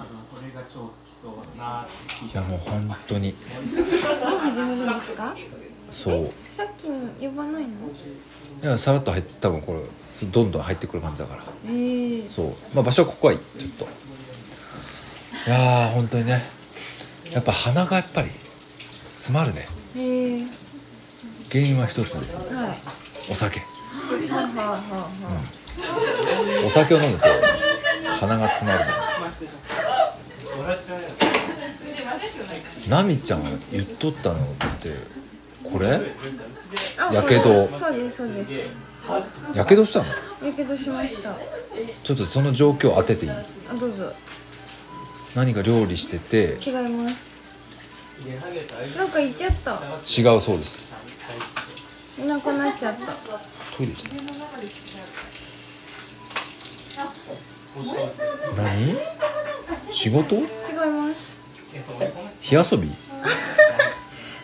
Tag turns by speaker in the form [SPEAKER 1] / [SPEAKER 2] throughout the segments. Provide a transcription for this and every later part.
[SPEAKER 1] れが超好きそうだなって聞い
[SPEAKER 2] いやもう本当に
[SPEAKER 3] もう始めるんですか
[SPEAKER 2] そう
[SPEAKER 3] さっきの呼ばないの
[SPEAKER 2] いやさらっと入って多分これどんどん入ってくる感じだから
[SPEAKER 3] えー、
[SPEAKER 2] そうまあ場所はここはいいちょっといやー本当にねやっぱ鼻がやっぱり詰まるね
[SPEAKER 3] えー、
[SPEAKER 2] 原因は一つ
[SPEAKER 3] はいは
[SPEAKER 2] お酒
[SPEAKER 3] あはあはあは
[SPEAKER 2] お酒を飲むと鼻が詰まるのナミちゃんが言っとったのってこれ
[SPEAKER 3] ああ
[SPEAKER 2] やけど
[SPEAKER 3] これそうですそうです
[SPEAKER 2] やけどしたの
[SPEAKER 3] やけどしましたあ
[SPEAKER 2] ちょっとその状況を当てていい
[SPEAKER 3] どうぞ
[SPEAKER 2] 何か料理してて
[SPEAKER 3] 違いますなんか言っちゃった
[SPEAKER 2] 違うそうです
[SPEAKER 3] いなくなっちゃった
[SPEAKER 2] トイレじゃない何仕事火
[SPEAKER 3] 違います
[SPEAKER 2] 遊び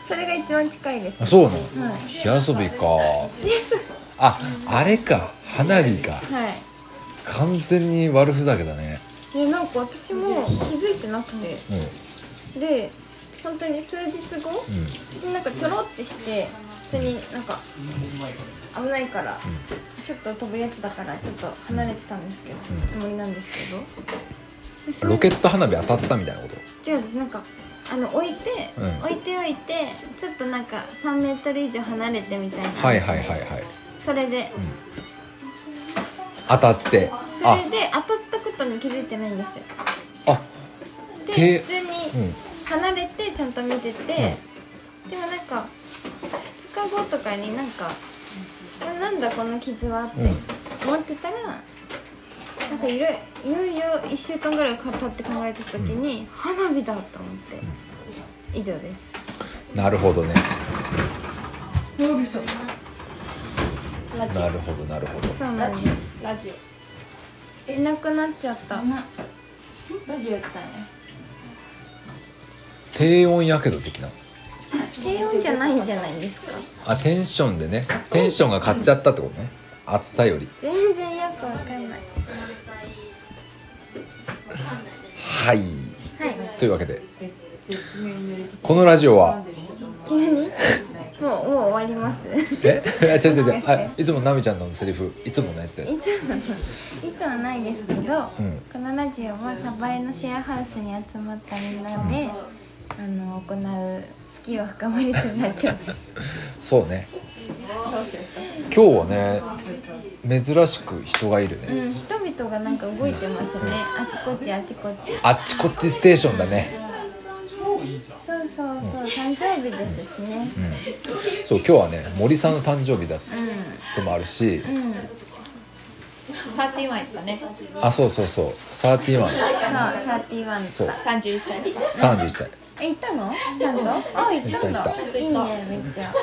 [SPEAKER 3] それが一番近いです
[SPEAKER 2] あそうなの
[SPEAKER 3] はい
[SPEAKER 2] 火遊びかああれか花火か
[SPEAKER 3] はい
[SPEAKER 2] 完全に悪ふざけだね
[SPEAKER 3] でなんか私も気づいてなくて
[SPEAKER 2] うん
[SPEAKER 3] で本当に数日後、なんかちょろってして普通になんか危ないから、ちょっと飛ぶやつだからちょっと離れてたんですけど、つもりなんですけどそれ
[SPEAKER 2] ロケット花火当たったみたいなこと
[SPEAKER 3] 違うんですなんかあの置いて、
[SPEAKER 2] うん
[SPEAKER 3] 置いておいてちょっとなんか3メートル以上離れてみたいな
[SPEAKER 2] はいはいはいはい
[SPEAKER 3] それで、
[SPEAKER 2] 当たって
[SPEAKER 3] そ
[SPEAKER 2] あ
[SPEAKER 3] れで当たったことに気づいてないんですよ
[SPEAKER 2] あ手
[SPEAKER 3] で普通
[SPEAKER 2] うん
[SPEAKER 3] に離れてちゃんと見てて、でもなんか2日後とかになんか「あなんだこの傷は」って思ってたら、なんかいろいいよいよ1週間ぐらい経って考えた時に、花火だと思って、以上です
[SPEAKER 2] なるほどね
[SPEAKER 3] 何そ
[SPEAKER 2] なるほどなるほど
[SPEAKER 3] そうなんです
[SPEAKER 4] ラジオ
[SPEAKER 3] いなくなっちゃった
[SPEAKER 4] ラジオやってたんや
[SPEAKER 2] 低温やけど的な
[SPEAKER 3] 低温じゃないんじゃないですか
[SPEAKER 2] あテンションでねテンションが買っちゃったってことね暑さより
[SPEAKER 3] 全然よくわかんない
[SPEAKER 2] はい
[SPEAKER 3] はい
[SPEAKER 2] というわけでこのラジオは
[SPEAKER 3] 急にも うもう終わります
[SPEAKER 2] え違う違う違うあいつもナミちゃんのセリフいつものやつ
[SPEAKER 3] いつ もいつはないですけど、
[SPEAKER 2] うん
[SPEAKER 3] このラジオはサバエのシェアハウスに集まったみんなで、あの行う好きを深掘りするラジオです。
[SPEAKER 2] そうね今日はね珍しく人がいるね、
[SPEAKER 3] うん、人々がなんか動いてますね。あちこちあちこち。
[SPEAKER 2] あっちこっちステーションだね
[SPEAKER 3] そうそうそう、誕生日ですしね。
[SPEAKER 2] そう今日はね森さんの誕生日だっ
[SPEAKER 3] うん、
[SPEAKER 2] てもあるし、
[SPEAKER 3] うん、そう、
[SPEAKER 4] サーティワンやったね
[SPEAKER 2] あそうそうそうサーティワン
[SPEAKER 3] サーティワン。
[SPEAKER 2] そう
[SPEAKER 4] 31歳
[SPEAKER 2] 31歳
[SPEAKER 3] え、行ったの？ちゃんと？あ、行ったん
[SPEAKER 2] 行った
[SPEAKER 3] だ。
[SPEAKER 2] 行
[SPEAKER 3] いいね、めっちゃ。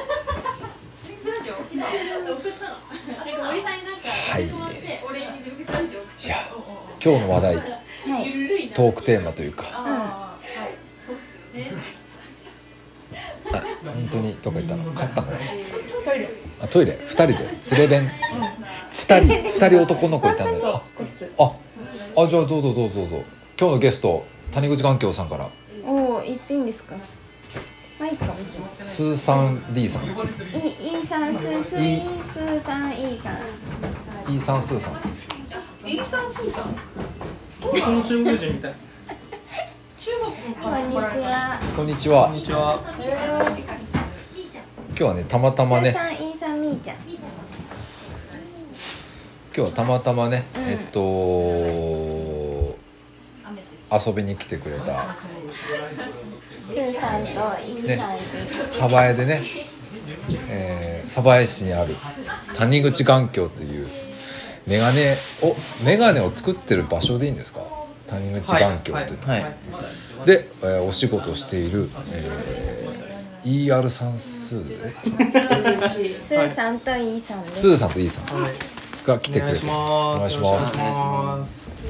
[SPEAKER 2] はいいや今日の話題
[SPEAKER 3] はい。
[SPEAKER 2] トークテーマというか
[SPEAKER 3] うん。
[SPEAKER 2] あ本当にどこ行ったの買ったの
[SPEAKER 4] トイレ
[SPEAKER 2] あトイレ2人で連れ弁2人2人男の子いたんだよ
[SPEAKER 4] 個室
[SPEAKER 2] あああじゃあどうぞどうぞどうぞ今日のゲスト谷口環境さんから
[SPEAKER 3] おお、行っていいんですか？まあいいかもしれない。
[SPEAKER 2] スーさん D さん
[SPEAKER 3] いいいさんすーす
[SPEAKER 2] い
[SPEAKER 3] いいすーさんいいさん
[SPEAKER 2] E さんスーさん
[SPEAKER 4] イーサンスーさん
[SPEAKER 1] 日本中国人みたい
[SPEAKER 4] 中国
[SPEAKER 3] こんにちは
[SPEAKER 2] こんにちは
[SPEAKER 1] こん
[SPEAKER 2] 今
[SPEAKER 1] にちは
[SPEAKER 2] 日はねたまたま
[SPEAKER 3] すー
[SPEAKER 2] ね
[SPEAKER 3] さんいいさんみーちゃん
[SPEAKER 2] 今日はたまたまね、えっと遊びに来てくれた
[SPEAKER 3] すーさんといいさんいる
[SPEAKER 2] 鯖江でね、えー鯖江市にある谷口環境というメガネをメガネを作ってる場所でいいんですか谷口環境という、
[SPEAKER 5] はい、
[SPEAKER 2] で、えーお仕事をしている、えー ER 算数で
[SPEAKER 3] すーさんといいさんです
[SPEAKER 2] スーさんとイーさんが来てくれて
[SPEAKER 1] お
[SPEAKER 2] お願
[SPEAKER 1] 願
[SPEAKER 2] い
[SPEAKER 1] い
[SPEAKER 2] し
[SPEAKER 1] し
[SPEAKER 2] ま
[SPEAKER 1] ますす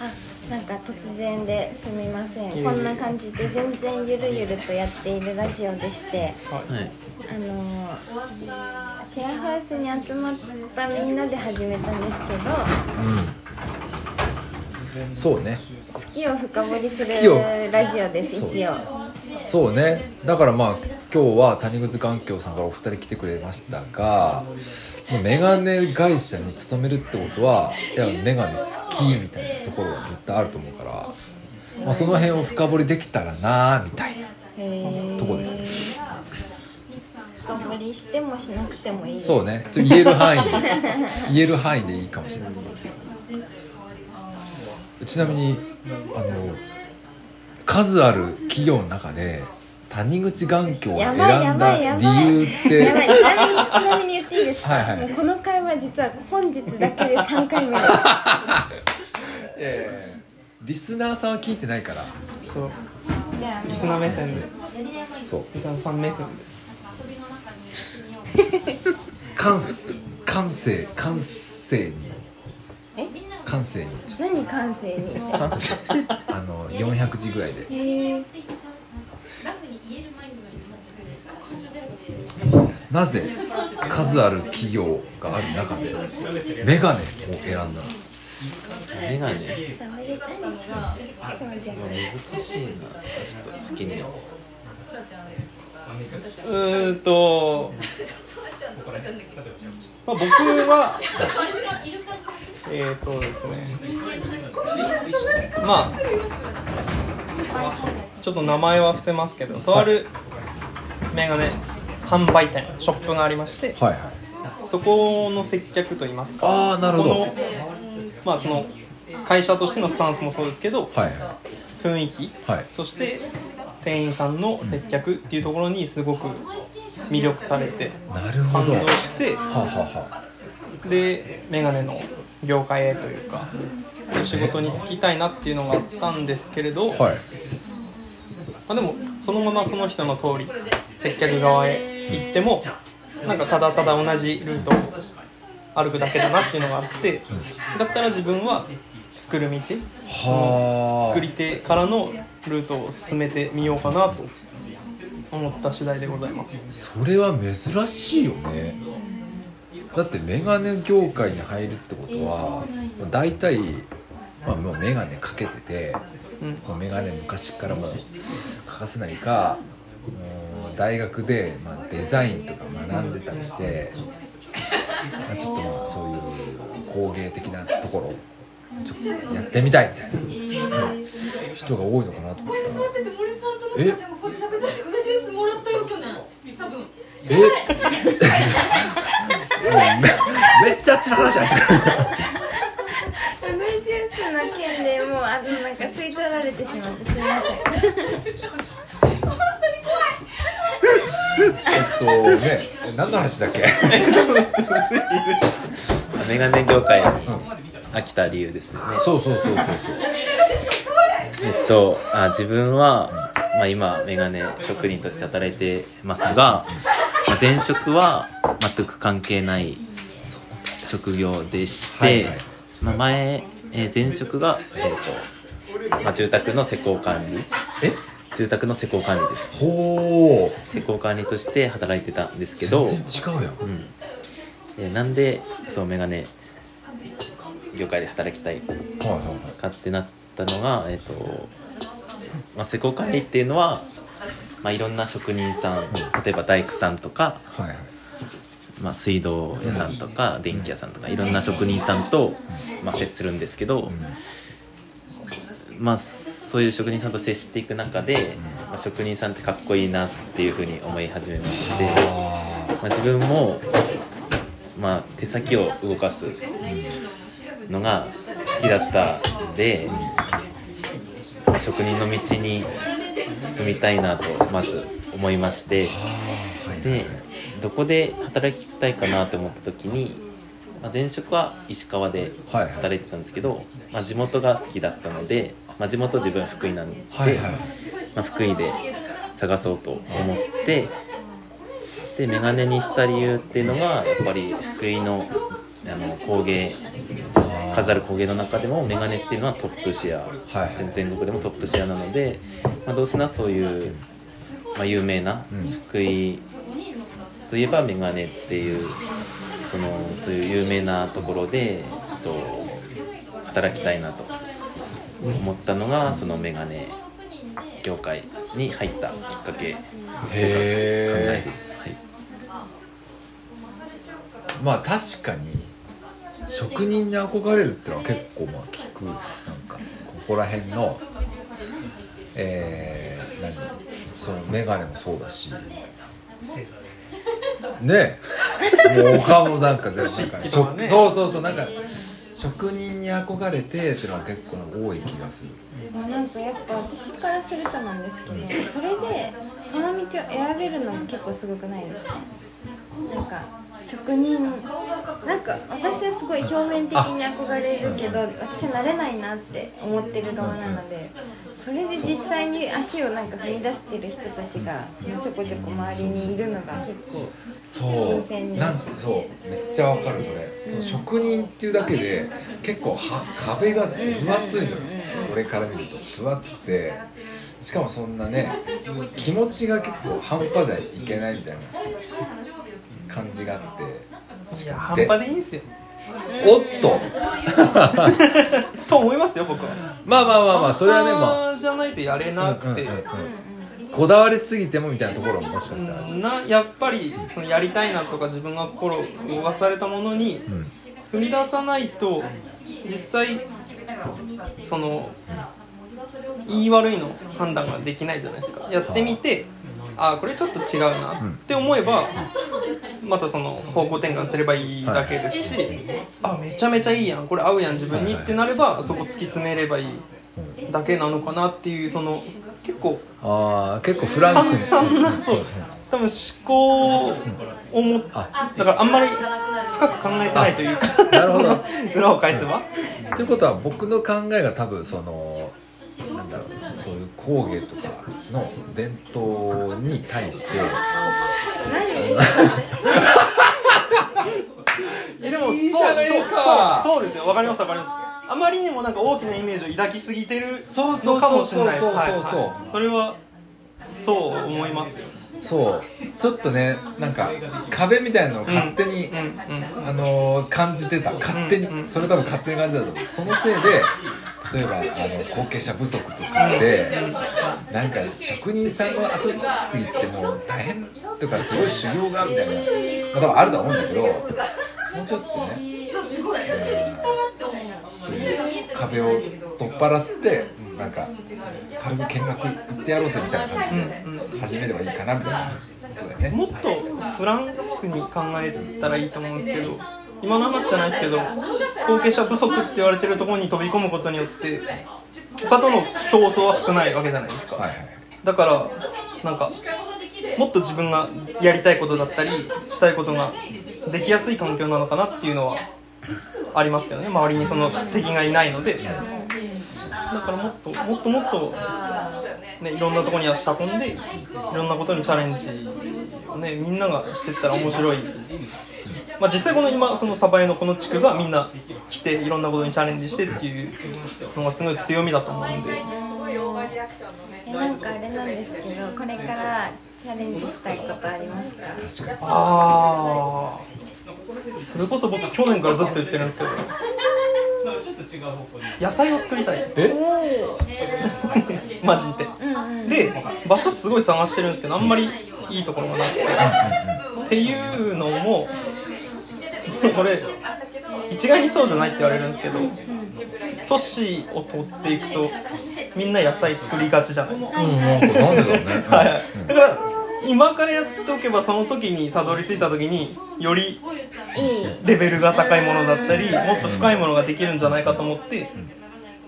[SPEAKER 3] あなんか突然ですみませんこんな感じで全然ゆるゆるとやっているラジオでして
[SPEAKER 5] はい、
[SPEAKER 3] あのーシェアハウスに集まったみんなで始めたんですけど、
[SPEAKER 2] そうね
[SPEAKER 3] 好きを深掘りする
[SPEAKER 2] 好きを
[SPEAKER 3] ラジオです
[SPEAKER 2] そう
[SPEAKER 3] 一応
[SPEAKER 2] そうねだからまあ今日は谷口環境さんからお二人来てくれましたがもうメガネ会社に勤めるってことはいやメガネ好きみたいなところは絶対あると思うから、まあ、その辺を深掘りできたらなーみたいな
[SPEAKER 3] へえ
[SPEAKER 2] とこですね
[SPEAKER 3] 深掘りしてもしなくてもいい
[SPEAKER 2] そう
[SPEAKER 3] う
[SPEAKER 2] ねちょっと言える範囲で言える範囲でいいかもしれないちなみにあの数ある企業の中で谷口眼鏡を選ん
[SPEAKER 3] やばいや
[SPEAKER 2] だ
[SPEAKER 3] ばい
[SPEAKER 2] 理
[SPEAKER 3] やばい
[SPEAKER 2] 由っ
[SPEAKER 3] やばい
[SPEAKER 2] て
[SPEAKER 3] ちなみにちなみに言っていいですか
[SPEAKER 2] はいはい
[SPEAKER 3] もうこの会話実は本日だけで3回目です
[SPEAKER 2] えーリスナーさんは聞いてないから
[SPEAKER 5] そう
[SPEAKER 3] じゃあ
[SPEAKER 5] リスナー目線で
[SPEAKER 2] そう
[SPEAKER 5] リスナーさん目線で
[SPEAKER 2] 感感性感性に
[SPEAKER 3] え
[SPEAKER 2] 感性に
[SPEAKER 3] 何感性に
[SPEAKER 2] あの400字ぐらいで
[SPEAKER 3] へえ
[SPEAKER 2] なぜ数ある企業がある中でメガネを選んだの
[SPEAKER 6] メガネ
[SPEAKER 3] 喋りたいですそうじゃん
[SPEAKER 6] 難しいなちょっと先に
[SPEAKER 5] うーんと、まあ、僕はえー、とですねまあちょっと名前は伏せますけどとあるメガネ販売店ショップがありまして
[SPEAKER 2] はいはい
[SPEAKER 5] そこの接客といいますか
[SPEAKER 2] ああなるほど
[SPEAKER 5] このまあその会社としてのスタンスもそうですけど
[SPEAKER 2] はい
[SPEAKER 5] 雰囲気
[SPEAKER 2] はい
[SPEAKER 5] そして店員さんの接客っていうところにすごく魅力されて
[SPEAKER 2] なるほ
[SPEAKER 5] 感
[SPEAKER 2] ど
[SPEAKER 5] 動
[SPEAKER 2] は
[SPEAKER 5] して
[SPEAKER 2] あ、はあは
[SPEAKER 5] でメガネの業界へというか仕事に就きたいなっていうのがあったんですけれど、
[SPEAKER 2] あはい
[SPEAKER 5] まあ、でもそのままその人の通り接客側へ行ってもなんかただただ同じルートを歩くだけだなっていうのがあってだったら自分は作る道
[SPEAKER 2] はあ
[SPEAKER 5] 作り手からのルートを進めてみようかなと思った次第でございます
[SPEAKER 2] それは珍しいよねだってメガネ業界に入るってことはまあ大体、まあ、もうメガネかけてて、
[SPEAKER 5] うん
[SPEAKER 2] もうメガネ昔からもう欠かせないかうん大学で、まあ、デザインとか学んでたりして、まあ、ちょっとまあそういう工芸的なところちょっとやってみたいみたいな、うん人が多いのかなと思っ
[SPEAKER 7] これ
[SPEAKER 2] た
[SPEAKER 7] 座
[SPEAKER 2] ら
[SPEAKER 7] ってて森さんと夏香ちゃんがこうやって喋ってて梅ジュースもらったよ去年多分
[SPEAKER 2] え めめっちゃあっちの話やってくる
[SPEAKER 3] 梅ジュースの件でもうあのなんか吸い取られてしまってすみません
[SPEAKER 2] えっとね、え何の話だっけ
[SPEAKER 6] メガネ業界に飽きた理由ですよね
[SPEAKER 2] そうそうそうそうそう
[SPEAKER 6] えっとあ自分は、まあ、今メガネ職人として働いてますが、まあ、前職は全く関係ない職業でして、
[SPEAKER 2] はいはい
[SPEAKER 6] まあ、前、えー前職が、えっとまあ、住宅の施工管理
[SPEAKER 2] え
[SPEAKER 6] 住宅の施工管理です
[SPEAKER 2] ほう
[SPEAKER 6] 施工管理として働いてたんですけ
[SPEAKER 2] 全
[SPEAKER 6] ど
[SPEAKER 2] 然違うやん
[SPEAKER 6] えーなんでそうメガネ業界で働きたい
[SPEAKER 2] はいはいはい
[SPEAKER 6] かってなったのが、えっとまあ、施工管理っていうのは、まあ、いろんな職人さん例えば大工さんとか、
[SPEAKER 2] はいはい
[SPEAKER 6] まあ、水道屋さんとか電気屋さんとかいろんな職人さんと、まあ、接するんですけど、まあ、そういう職人さんと接していく中で、まあ、職人さんってかっこいいなっていうふうに思い始めまして、
[SPEAKER 2] あ
[SPEAKER 6] まあ、自分も、まあ、手先を動かすのが好きだったんで、まあ職人の道に進みたいなとまず思いまして
[SPEAKER 2] ーはい
[SPEAKER 6] でどこで働きたいかなと思った時に、まあ前職は石川で
[SPEAKER 2] はい
[SPEAKER 6] 働いてたんですけど、まあ、地元が好きだったので、まあ、地元自分福井なんで、
[SPEAKER 2] はいはい
[SPEAKER 6] まあ、福井で探そうと思ってでメガネにした理由っていうのがやっぱり福井のあの工芸飾る工芸の中でもメガネっていうのはトップシェア、
[SPEAKER 2] はい
[SPEAKER 6] 全全国でもトップシェアなので、まあ、どうせなそういう、まあ、有名な福井といえばメガネっていうそのそういう有名なところでちょっと働きたいなと思ったのがそのメガネ業界に入ったきっかけ考
[SPEAKER 2] へ
[SPEAKER 6] えで
[SPEAKER 2] え
[SPEAKER 6] す、はい、
[SPEAKER 2] まあ確かに職人に憧れるってのは結構まあ聞くなんかここら辺のえー、何そのメガネもそうだしねえもう他もなんか全部なんか
[SPEAKER 5] 漆器とか
[SPEAKER 2] 職
[SPEAKER 5] ね
[SPEAKER 2] そうそうそうなんか職人に憧れてってのは結構多い気がする
[SPEAKER 3] まあなんかやっぱ私からするとなんですけど、それでその道を選べるのも結構すごくないですかなんか職人なんか私はすごい表面的に憧れるけど私はなれないなって思ってる側なのでそれで実際に足をなんか踏み出してる人たちがちょこちょこ周りにいるのが結構
[SPEAKER 2] そ
[SPEAKER 3] 新鮮
[SPEAKER 2] う
[SPEAKER 3] に
[SPEAKER 2] なんかそうめっちゃわかるそれ、その職人っていうだけで結構は壁が分厚いのよ、俺から見ると分厚くてしかもそんなね気持ちが結構半端じゃいけないみたいな感じがあってし
[SPEAKER 5] いや
[SPEAKER 2] かも
[SPEAKER 5] 半
[SPEAKER 2] で
[SPEAKER 5] 端でいいんですよ
[SPEAKER 2] おっと
[SPEAKER 5] と思いますよ僕は
[SPEAKER 2] まあまあまあまあそれはねまあ
[SPEAKER 5] 半端じゃないとやれなくて、
[SPEAKER 2] うんうんうんこだわりすぎてもみたいなところももしかしたら、
[SPEAKER 5] なやっぱりそのやりたいなとか自分が心を動かされたものに
[SPEAKER 2] うん
[SPEAKER 5] 踏み出さないと実際その言い悪いの判断ができないじゃないですかやってみてああこれちょっと違うなって思えばまたその方向転換すればいいだけですしあめちゃめちゃいいやんこれ合うやん自分にってなればそこ突き詰めればいいだけなのかなっていうその結構
[SPEAKER 2] ああ結構フランクに
[SPEAKER 5] 簡単な そう多分思考を持っ
[SPEAKER 2] あ
[SPEAKER 5] だからあんまり深く考えてないというか
[SPEAKER 2] なるほど
[SPEAKER 5] 裏を返せば
[SPEAKER 2] ということは僕の考えが多分そのなんだろうそういう工芸とかの伝統に対して
[SPEAKER 5] えでもそう
[SPEAKER 2] いいじゃないですか
[SPEAKER 5] そうそうそうですよわかりますわかりますあまりにもなんか大きなイメージを抱きすぎてる
[SPEAKER 2] そうそ
[SPEAKER 5] の
[SPEAKER 2] う
[SPEAKER 5] か
[SPEAKER 2] そう
[SPEAKER 5] もし
[SPEAKER 2] そう
[SPEAKER 5] れないで
[SPEAKER 2] そ
[SPEAKER 5] す
[SPEAKER 2] うそう
[SPEAKER 5] はいはいそれはそう思いますよ
[SPEAKER 2] そうちょっとねなんか壁みたいなのを勝手に、
[SPEAKER 5] うんうん
[SPEAKER 2] あのー感じてた勝手に、
[SPEAKER 5] うんうん
[SPEAKER 2] それ多分勝手に感じたと思うそのせいで例えばあの後継者不足とかでなんか職人さんの後継ぎってもう大変とかすごい修行がみたいなことはあると思うんだけどもうちょっとね
[SPEAKER 7] すごい途中行ったなって思う
[SPEAKER 2] そう
[SPEAKER 7] 宇宙が見え
[SPEAKER 2] いう
[SPEAKER 7] てる
[SPEAKER 2] 壁を取っ払ってなんか軽く見学行ってやろうぜみたいな感じで始めればいいかなみたいなことだよね
[SPEAKER 5] もっとフランクに考えたらいいと思うんですけど今の話じゃないですけど後継者不足って言われてるところに飛び込むことによって他との競争は少ないわけじゃないですか、
[SPEAKER 2] はいはい
[SPEAKER 5] だからなんかもっと自分がやりたいことだったりしたいことができやすい環境なのかなっていうのはありますけどね周りにその敵がいないのでだからもっともっともっと、ね、いろんなところに足運んでいろんなことにチャレンジをねみんながしてったら面白い。まあ、実際この今その鯖江のこの地区がみんな来ていろんなことにチャレンジしてっていうのがすごい強みだと思うんで
[SPEAKER 3] えなんかあれなんですけどこれからチャレンジしたいことありますか
[SPEAKER 2] 確か
[SPEAKER 5] ああそれこそ僕去年からずっと言ってるんですけど
[SPEAKER 1] ちょっと違う方向に。
[SPEAKER 5] 野菜を作りたい
[SPEAKER 2] にえ
[SPEAKER 5] マジで
[SPEAKER 3] うんうん
[SPEAKER 5] で場所すごい探してるんですけどあんまりいいところがなくてっていうのもこれ一概にそうじゃないって言われるんですけど都市を取っていくとみんな野菜作りがちじゃないですか
[SPEAKER 2] うんなんかなんでだろ
[SPEAKER 5] はい
[SPEAKER 2] うね
[SPEAKER 5] はい、だから今からやっておけばその時にたどり着いた時により
[SPEAKER 3] いい
[SPEAKER 5] レベルが高いものだったりもっと深いものができるんじゃないかと思って、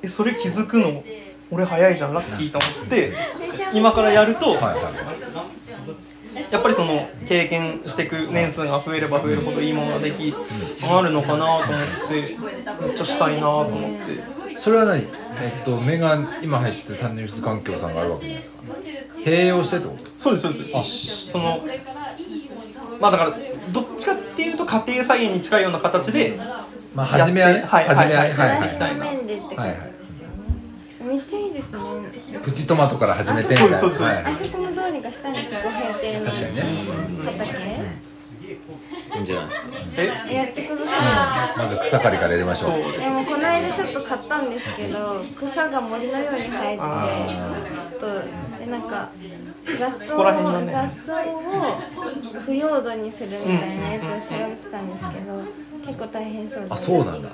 [SPEAKER 5] えそれ気づくの俺早いじゃんラッキーと思って今からやると、
[SPEAKER 2] はいはい
[SPEAKER 5] やっぱりその経験していく年数が増えれば増えるほどいいものができあるのかなと思ってめっちゃしたいなと思って
[SPEAKER 2] それは何えっとメガ今入ってる単純質環境さんがあるわけじゃないですか併用してってこと
[SPEAKER 5] そうですそうですそのまあだからどっちかっていうと家庭菜園に近いような形で
[SPEAKER 2] まあ初めはね
[SPEAKER 5] やってはい
[SPEAKER 2] 初めはね
[SPEAKER 5] はい
[SPEAKER 2] は
[SPEAKER 5] は
[SPEAKER 2] いはいい
[SPEAKER 3] 正面でって感じですよね、めっちゃいいですね
[SPEAKER 2] プチトマトから始めてみたいな
[SPEAKER 5] そうですそうです
[SPEAKER 2] はい
[SPEAKER 3] あそこもどうにかしたいんですよ、ご閉店に
[SPEAKER 2] 確かにね
[SPEAKER 3] 畑
[SPEAKER 6] いいんじゃないですか
[SPEAKER 5] え
[SPEAKER 3] やってくださ
[SPEAKER 2] まず草刈りからやりましょう
[SPEAKER 5] そう
[SPEAKER 3] いでもこの間ちょっと買ったんですけど草が森のように生えて
[SPEAKER 5] あ
[SPEAKER 3] てちょっとえなんか雑草
[SPEAKER 5] ここら辺の
[SPEAKER 3] を
[SPEAKER 5] ね
[SPEAKER 3] 雑草を腐葉土にするみたいなやつを調べてたんですけど結構大変そうで
[SPEAKER 2] あそうなんだ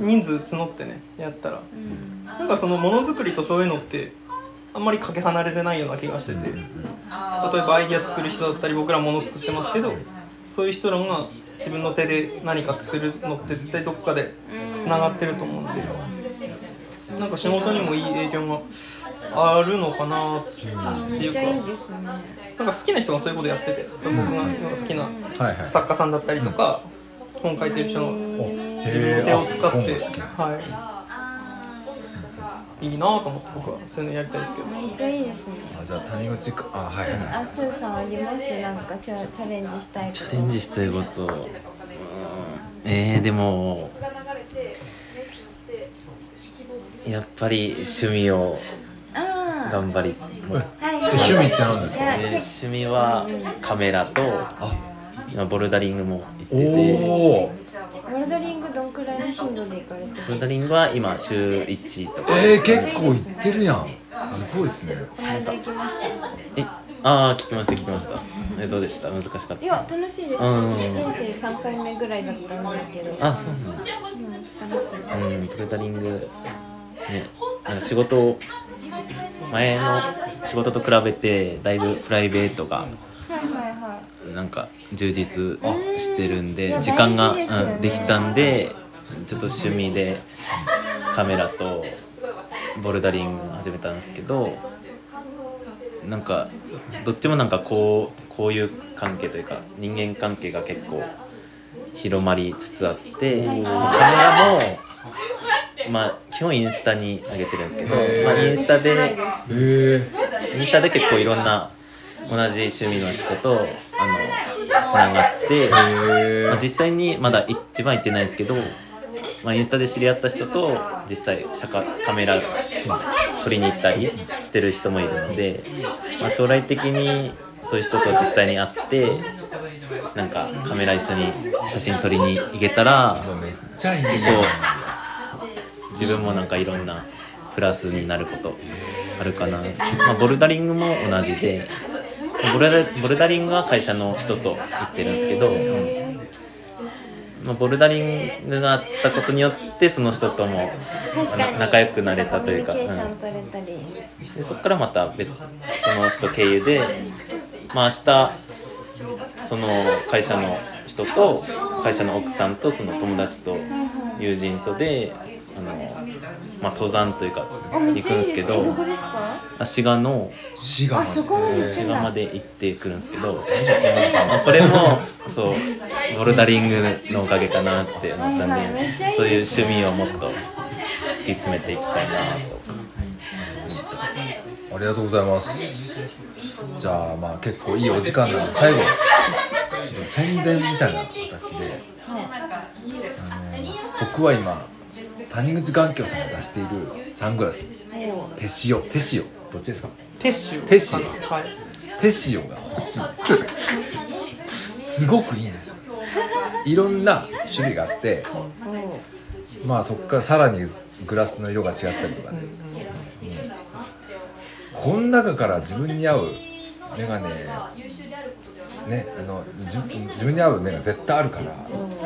[SPEAKER 5] 人数募ってねやったら、なんかそのものづくりとそういうのってあんまりかけ離れてないような気がしてて、例えばアイディア作る人だったり僕らもの作ってますけどそういう人らが自分の手で何か作るのって絶対どっかでつながってると思うんで、なんか仕事にもいい影響があるのかなって
[SPEAKER 3] め
[SPEAKER 5] い
[SPEAKER 3] っ
[SPEAKER 5] う
[SPEAKER 3] ち
[SPEAKER 5] か
[SPEAKER 3] ゃいいですね
[SPEAKER 5] なんか好きな人がそういうことやっててその僕が今好きな
[SPEAKER 2] はいはい
[SPEAKER 5] 作家さんだったりとか本書いてる人の
[SPEAKER 2] お
[SPEAKER 5] 自分の手を使って、
[SPEAKER 2] へーあ本が好きな
[SPEAKER 5] はい、いいなと思って僕はそういうのやりたいですけど
[SPEAKER 3] めっちゃいいですね
[SPEAKER 2] あじゃあ谷口くあはいはいは
[SPEAKER 3] あ
[SPEAKER 2] い
[SPEAKER 3] すーさんありますなんかチャチャレンジしたいこと
[SPEAKER 6] チャレンジしたいことうーんえー、でもやっぱり趣味を
[SPEAKER 3] あ
[SPEAKER 6] 頑張りも
[SPEAKER 3] あはいはい
[SPEAKER 2] 趣味って何です
[SPEAKER 3] い
[SPEAKER 2] か
[SPEAKER 3] や
[SPEAKER 6] えー
[SPEAKER 3] 結
[SPEAKER 6] 趣味はカメラと今ボルダリングも行って
[SPEAKER 2] お
[SPEAKER 6] て
[SPEAKER 2] おー
[SPEAKER 3] 構ボルダリングどんくらいの頻度で行かれてるんです
[SPEAKER 6] ボ
[SPEAKER 3] か
[SPEAKER 6] ルダリングは今週1とか
[SPEAKER 2] えー、結構いってるやんすごいですね
[SPEAKER 3] この間行きました
[SPEAKER 6] えああ聞きました聞きましたえどうでした難しかった
[SPEAKER 3] いや楽しいです
[SPEAKER 6] うん
[SPEAKER 3] 人生三回目ぐらいだったんですけど
[SPEAKER 6] あそうなんだ
[SPEAKER 3] 楽しい
[SPEAKER 6] うんボルダリングねなんか仕事を前の仕事と比べてだいぶプライベートが
[SPEAKER 3] はいはいは
[SPEAKER 6] なんか充実してるん
[SPEAKER 3] う
[SPEAKER 6] で
[SPEAKER 3] ん
[SPEAKER 6] 時間が
[SPEAKER 3] いや大事ですよね
[SPEAKER 6] うんできたんでちょっと趣味でカメラとボルダリングを始めたんですけどなんかどっちもなんかこうこういう関係というか人間関係が結構広まりつつあってカメラも。まあ、基本インスタに上げてるんですけど、
[SPEAKER 2] へー
[SPEAKER 6] まあ、インスタ
[SPEAKER 2] え
[SPEAKER 6] で
[SPEAKER 2] ー、
[SPEAKER 6] インスタで結構いろんな同じ趣味の人とあのつながって、まあ、実際にまだ一番行ってないですけど、まあ、インスタで知り合った人と実際シャカカメラ撮りに行ったりしてる人もいるので、まあ、将来的にそういう人と実際に会ってなんかカメラ一緒に写真撮りに行けたら
[SPEAKER 2] もうめっちゃいいやん
[SPEAKER 6] こう自分もなんかいろんなプラスになることあるかな、まあ、ボルダリングも同じでボルダボルダリングは会社の人と行ってるんですけど、まあ、ボルダリングがあったことによってその人とも
[SPEAKER 3] い確かに
[SPEAKER 6] な仲良くなれたというか
[SPEAKER 3] コミュニケーション取れたり
[SPEAKER 6] でそこからまた別その人経由で、まあ、明日その会社の人と会社の奥さんとその友達と友人とであの、まあ、登山というか
[SPEAKER 3] あめ
[SPEAKER 6] 行
[SPEAKER 3] っ
[SPEAKER 6] く
[SPEAKER 3] ちゃ
[SPEAKER 6] ん
[SPEAKER 3] い
[SPEAKER 6] で
[SPEAKER 3] い
[SPEAKER 6] す
[SPEAKER 3] です
[SPEAKER 6] け
[SPEAKER 3] ねど
[SPEAKER 6] ど
[SPEAKER 3] こですか
[SPEAKER 6] 足賀の
[SPEAKER 2] 滋賀
[SPEAKER 3] あ
[SPEAKER 2] まで
[SPEAKER 3] そこまで行
[SPEAKER 6] 足
[SPEAKER 3] くん
[SPEAKER 6] 賀ま
[SPEAKER 3] だ
[SPEAKER 6] で行ってくるんですけど、まあこれもそうボルダリングのおかげかなって思ったん
[SPEAKER 3] はいはいめっちゃいいですね
[SPEAKER 6] でそういう趣味をもっと突き詰めていきたいなと。
[SPEAKER 2] ありがとうございますじゃあまあ結構いいお時間なんで最後ちょっと宣伝みたいな形で、あの僕は今谷口眼鏡さんが出しているサングラス手塩手塩どっちですか
[SPEAKER 5] テッシュ
[SPEAKER 2] テッシュ
[SPEAKER 5] かなはい
[SPEAKER 2] 手塩が欲しいすごくいいんですよいろんな種類があってまあそこからさらにグラスの色が違ったりとかで、うんこの中から自分に合う眼鏡ねあの自分自分に合う眼鏡絶対あるから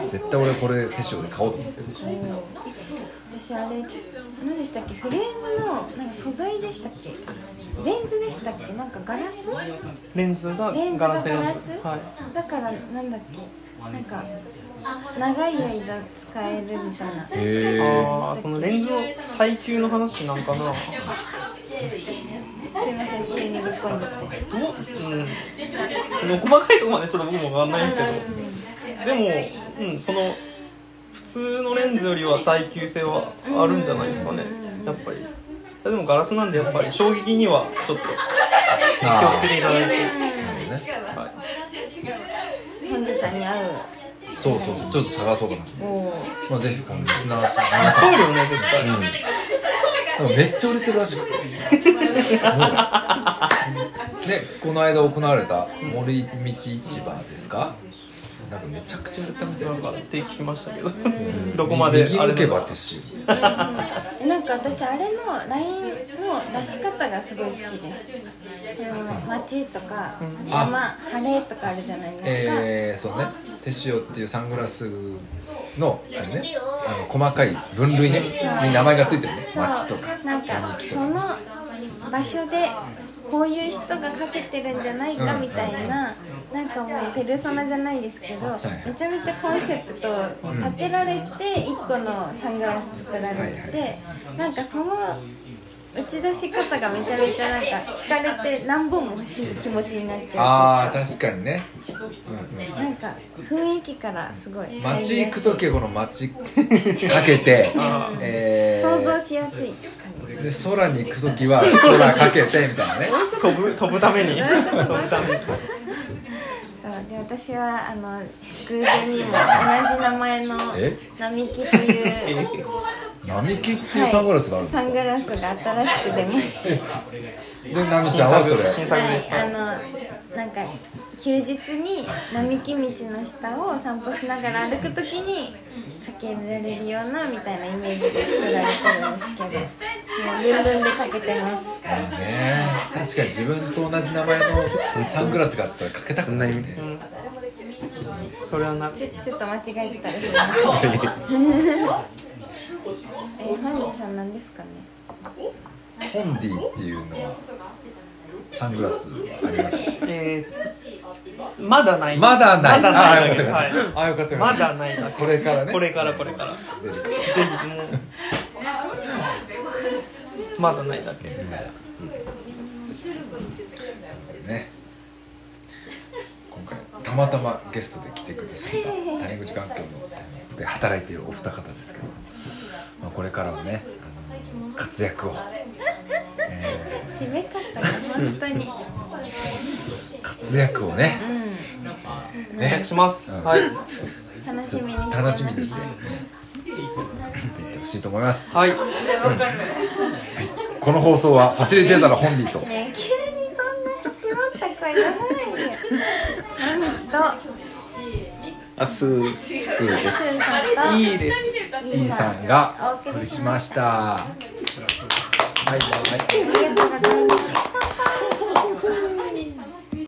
[SPEAKER 2] 絶対俺これ手塩で買おうと思ってる
[SPEAKER 3] 私あれち何でしたっけフレームのなんか素材でしたっけレンズでしたっけなんかガラス
[SPEAKER 5] レンズが
[SPEAKER 3] レンズ
[SPEAKER 5] ガ
[SPEAKER 3] が
[SPEAKER 5] ラスレンズ
[SPEAKER 3] ガラス
[SPEAKER 5] はい
[SPEAKER 3] だからなんだっけなんか長い間使えるみたいな
[SPEAKER 2] へ
[SPEAKER 5] ああそのレンズの耐久の話なんかなどう、
[SPEAKER 3] すいません急にぶっ込んじゃっ
[SPEAKER 5] う
[SPEAKER 3] て
[SPEAKER 5] ん、その細かいところまでちょっと僕も分かんないんですけどでも、うん、その普通のレンズよりは耐久性はあるんじゃないですかねやっぱりでもガラスなんでやっぱり衝撃にはちょっと気をつけていただいて
[SPEAKER 3] 本日さんに合う
[SPEAKER 2] そうそうそうちょっと探そうかなと思って
[SPEAKER 3] お
[SPEAKER 2] まあ、ぜひこのリスナー
[SPEAKER 5] 通
[SPEAKER 2] 皆
[SPEAKER 5] るよね絶対、
[SPEAKER 2] さんめっちゃ売れてるらしくてもうねこの間行われた森道市場ですかなんかめちゃくちゃやったみたい
[SPEAKER 5] な
[SPEAKER 2] なん
[SPEAKER 5] かって聞きましたけど
[SPEAKER 2] うん
[SPEAKER 5] どこまで
[SPEAKER 2] 右
[SPEAKER 5] あれ
[SPEAKER 2] 向け
[SPEAKER 5] なの
[SPEAKER 2] ば
[SPEAKER 5] か
[SPEAKER 2] 撤収
[SPEAKER 3] なんか私あれの LINE の出し方がすごい好きです。でも街とか山晴れとかあるじゃないですか。
[SPEAKER 2] えー、そうね「テシオ」っていうサングラスのあれねあの細かい分類ねに名前がついてるね
[SPEAKER 3] そう
[SPEAKER 2] 街とか
[SPEAKER 3] なんかその場所でこういう人がかけてるんじゃないかみたいな、なんかもうペルソナじゃないですけど、
[SPEAKER 2] い
[SPEAKER 3] めちゃめちゃコンセプトを立てられて一個のサングラス作られて、なんかその打ち出し方がめちゃめちゃなんか惹かれて何本も欲しい気持ちになっちゃう
[SPEAKER 2] あー確かにね
[SPEAKER 3] なんか雰囲気からすごい
[SPEAKER 2] 街行く時はこの街かけて、 え
[SPEAKER 3] 想像
[SPEAKER 2] ー、
[SPEAKER 3] しやすい。
[SPEAKER 2] で空に行く時は空かけてみたいなね
[SPEAKER 5] 飛ぶ飛ぶた めに
[SPEAKER 3] そうで私はあの偶然にも同じ名前の
[SPEAKER 2] え
[SPEAKER 3] 並木という
[SPEAKER 2] 並木っていうサングラスがあるんです
[SPEAKER 3] サ
[SPEAKER 2] か、
[SPEAKER 3] ングラスが新しく出まして、
[SPEAKER 2] で奈美ちゃんはそれ
[SPEAKER 5] 新
[SPEAKER 3] は
[SPEAKER 5] 作で
[SPEAKER 3] い
[SPEAKER 5] す、
[SPEAKER 3] あのなんか休日に並木道の下を散歩しながら歩くときにかけられるようなみたいなイメージで作られてるんですけどもうルンルンでかけてます
[SPEAKER 2] いいね確かに自分と同じ名前のサングラスがあったらかけたくなるよね
[SPEAKER 5] それはな
[SPEAKER 3] ちょちょっと間違えてたですねえファンディさんなんですかね
[SPEAKER 2] ホンディっていうのはサングラスあります
[SPEAKER 5] えー、まだない
[SPEAKER 2] まだない
[SPEAKER 5] まだない
[SPEAKER 2] あーよかったよか
[SPEAKER 5] はい、ま
[SPEAKER 2] ったあーよかったよかった
[SPEAKER 5] だないだけ
[SPEAKER 2] これからね
[SPEAKER 5] これからこれからぜ
[SPEAKER 2] 出てくる
[SPEAKER 5] ひもうまだないだけ
[SPEAKER 2] ね今回たまたまゲストで来てくださった谷口環境ので働いているお二方ですけど、まあ、これからもねあの活躍を、え
[SPEAKER 3] 締め方が本当に
[SPEAKER 2] ー活躍をね
[SPEAKER 5] お願いします、
[SPEAKER 2] うん
[SPEAKER 5] はい
[SPEAKER 3] 楽しみにしてます
[SPEAKER 2] 楽しみにしていってほしいと思います
[SPEAKER 5] はい
[SPEAKER 2] この放送はファシリテーターの本人と
[SPEAKER 3] ねえ急にそんな絞った声出さないでよ。並木と
[SPEAKER 6] あすすです
[SPEAKER 3] スーさん
[SPEAKER 5] いいです
[SPEAKER 3] と
[SPEAKER 2] イーさんがお送りしました。はい、はい
[SPEAKER 3] ありがとうございます。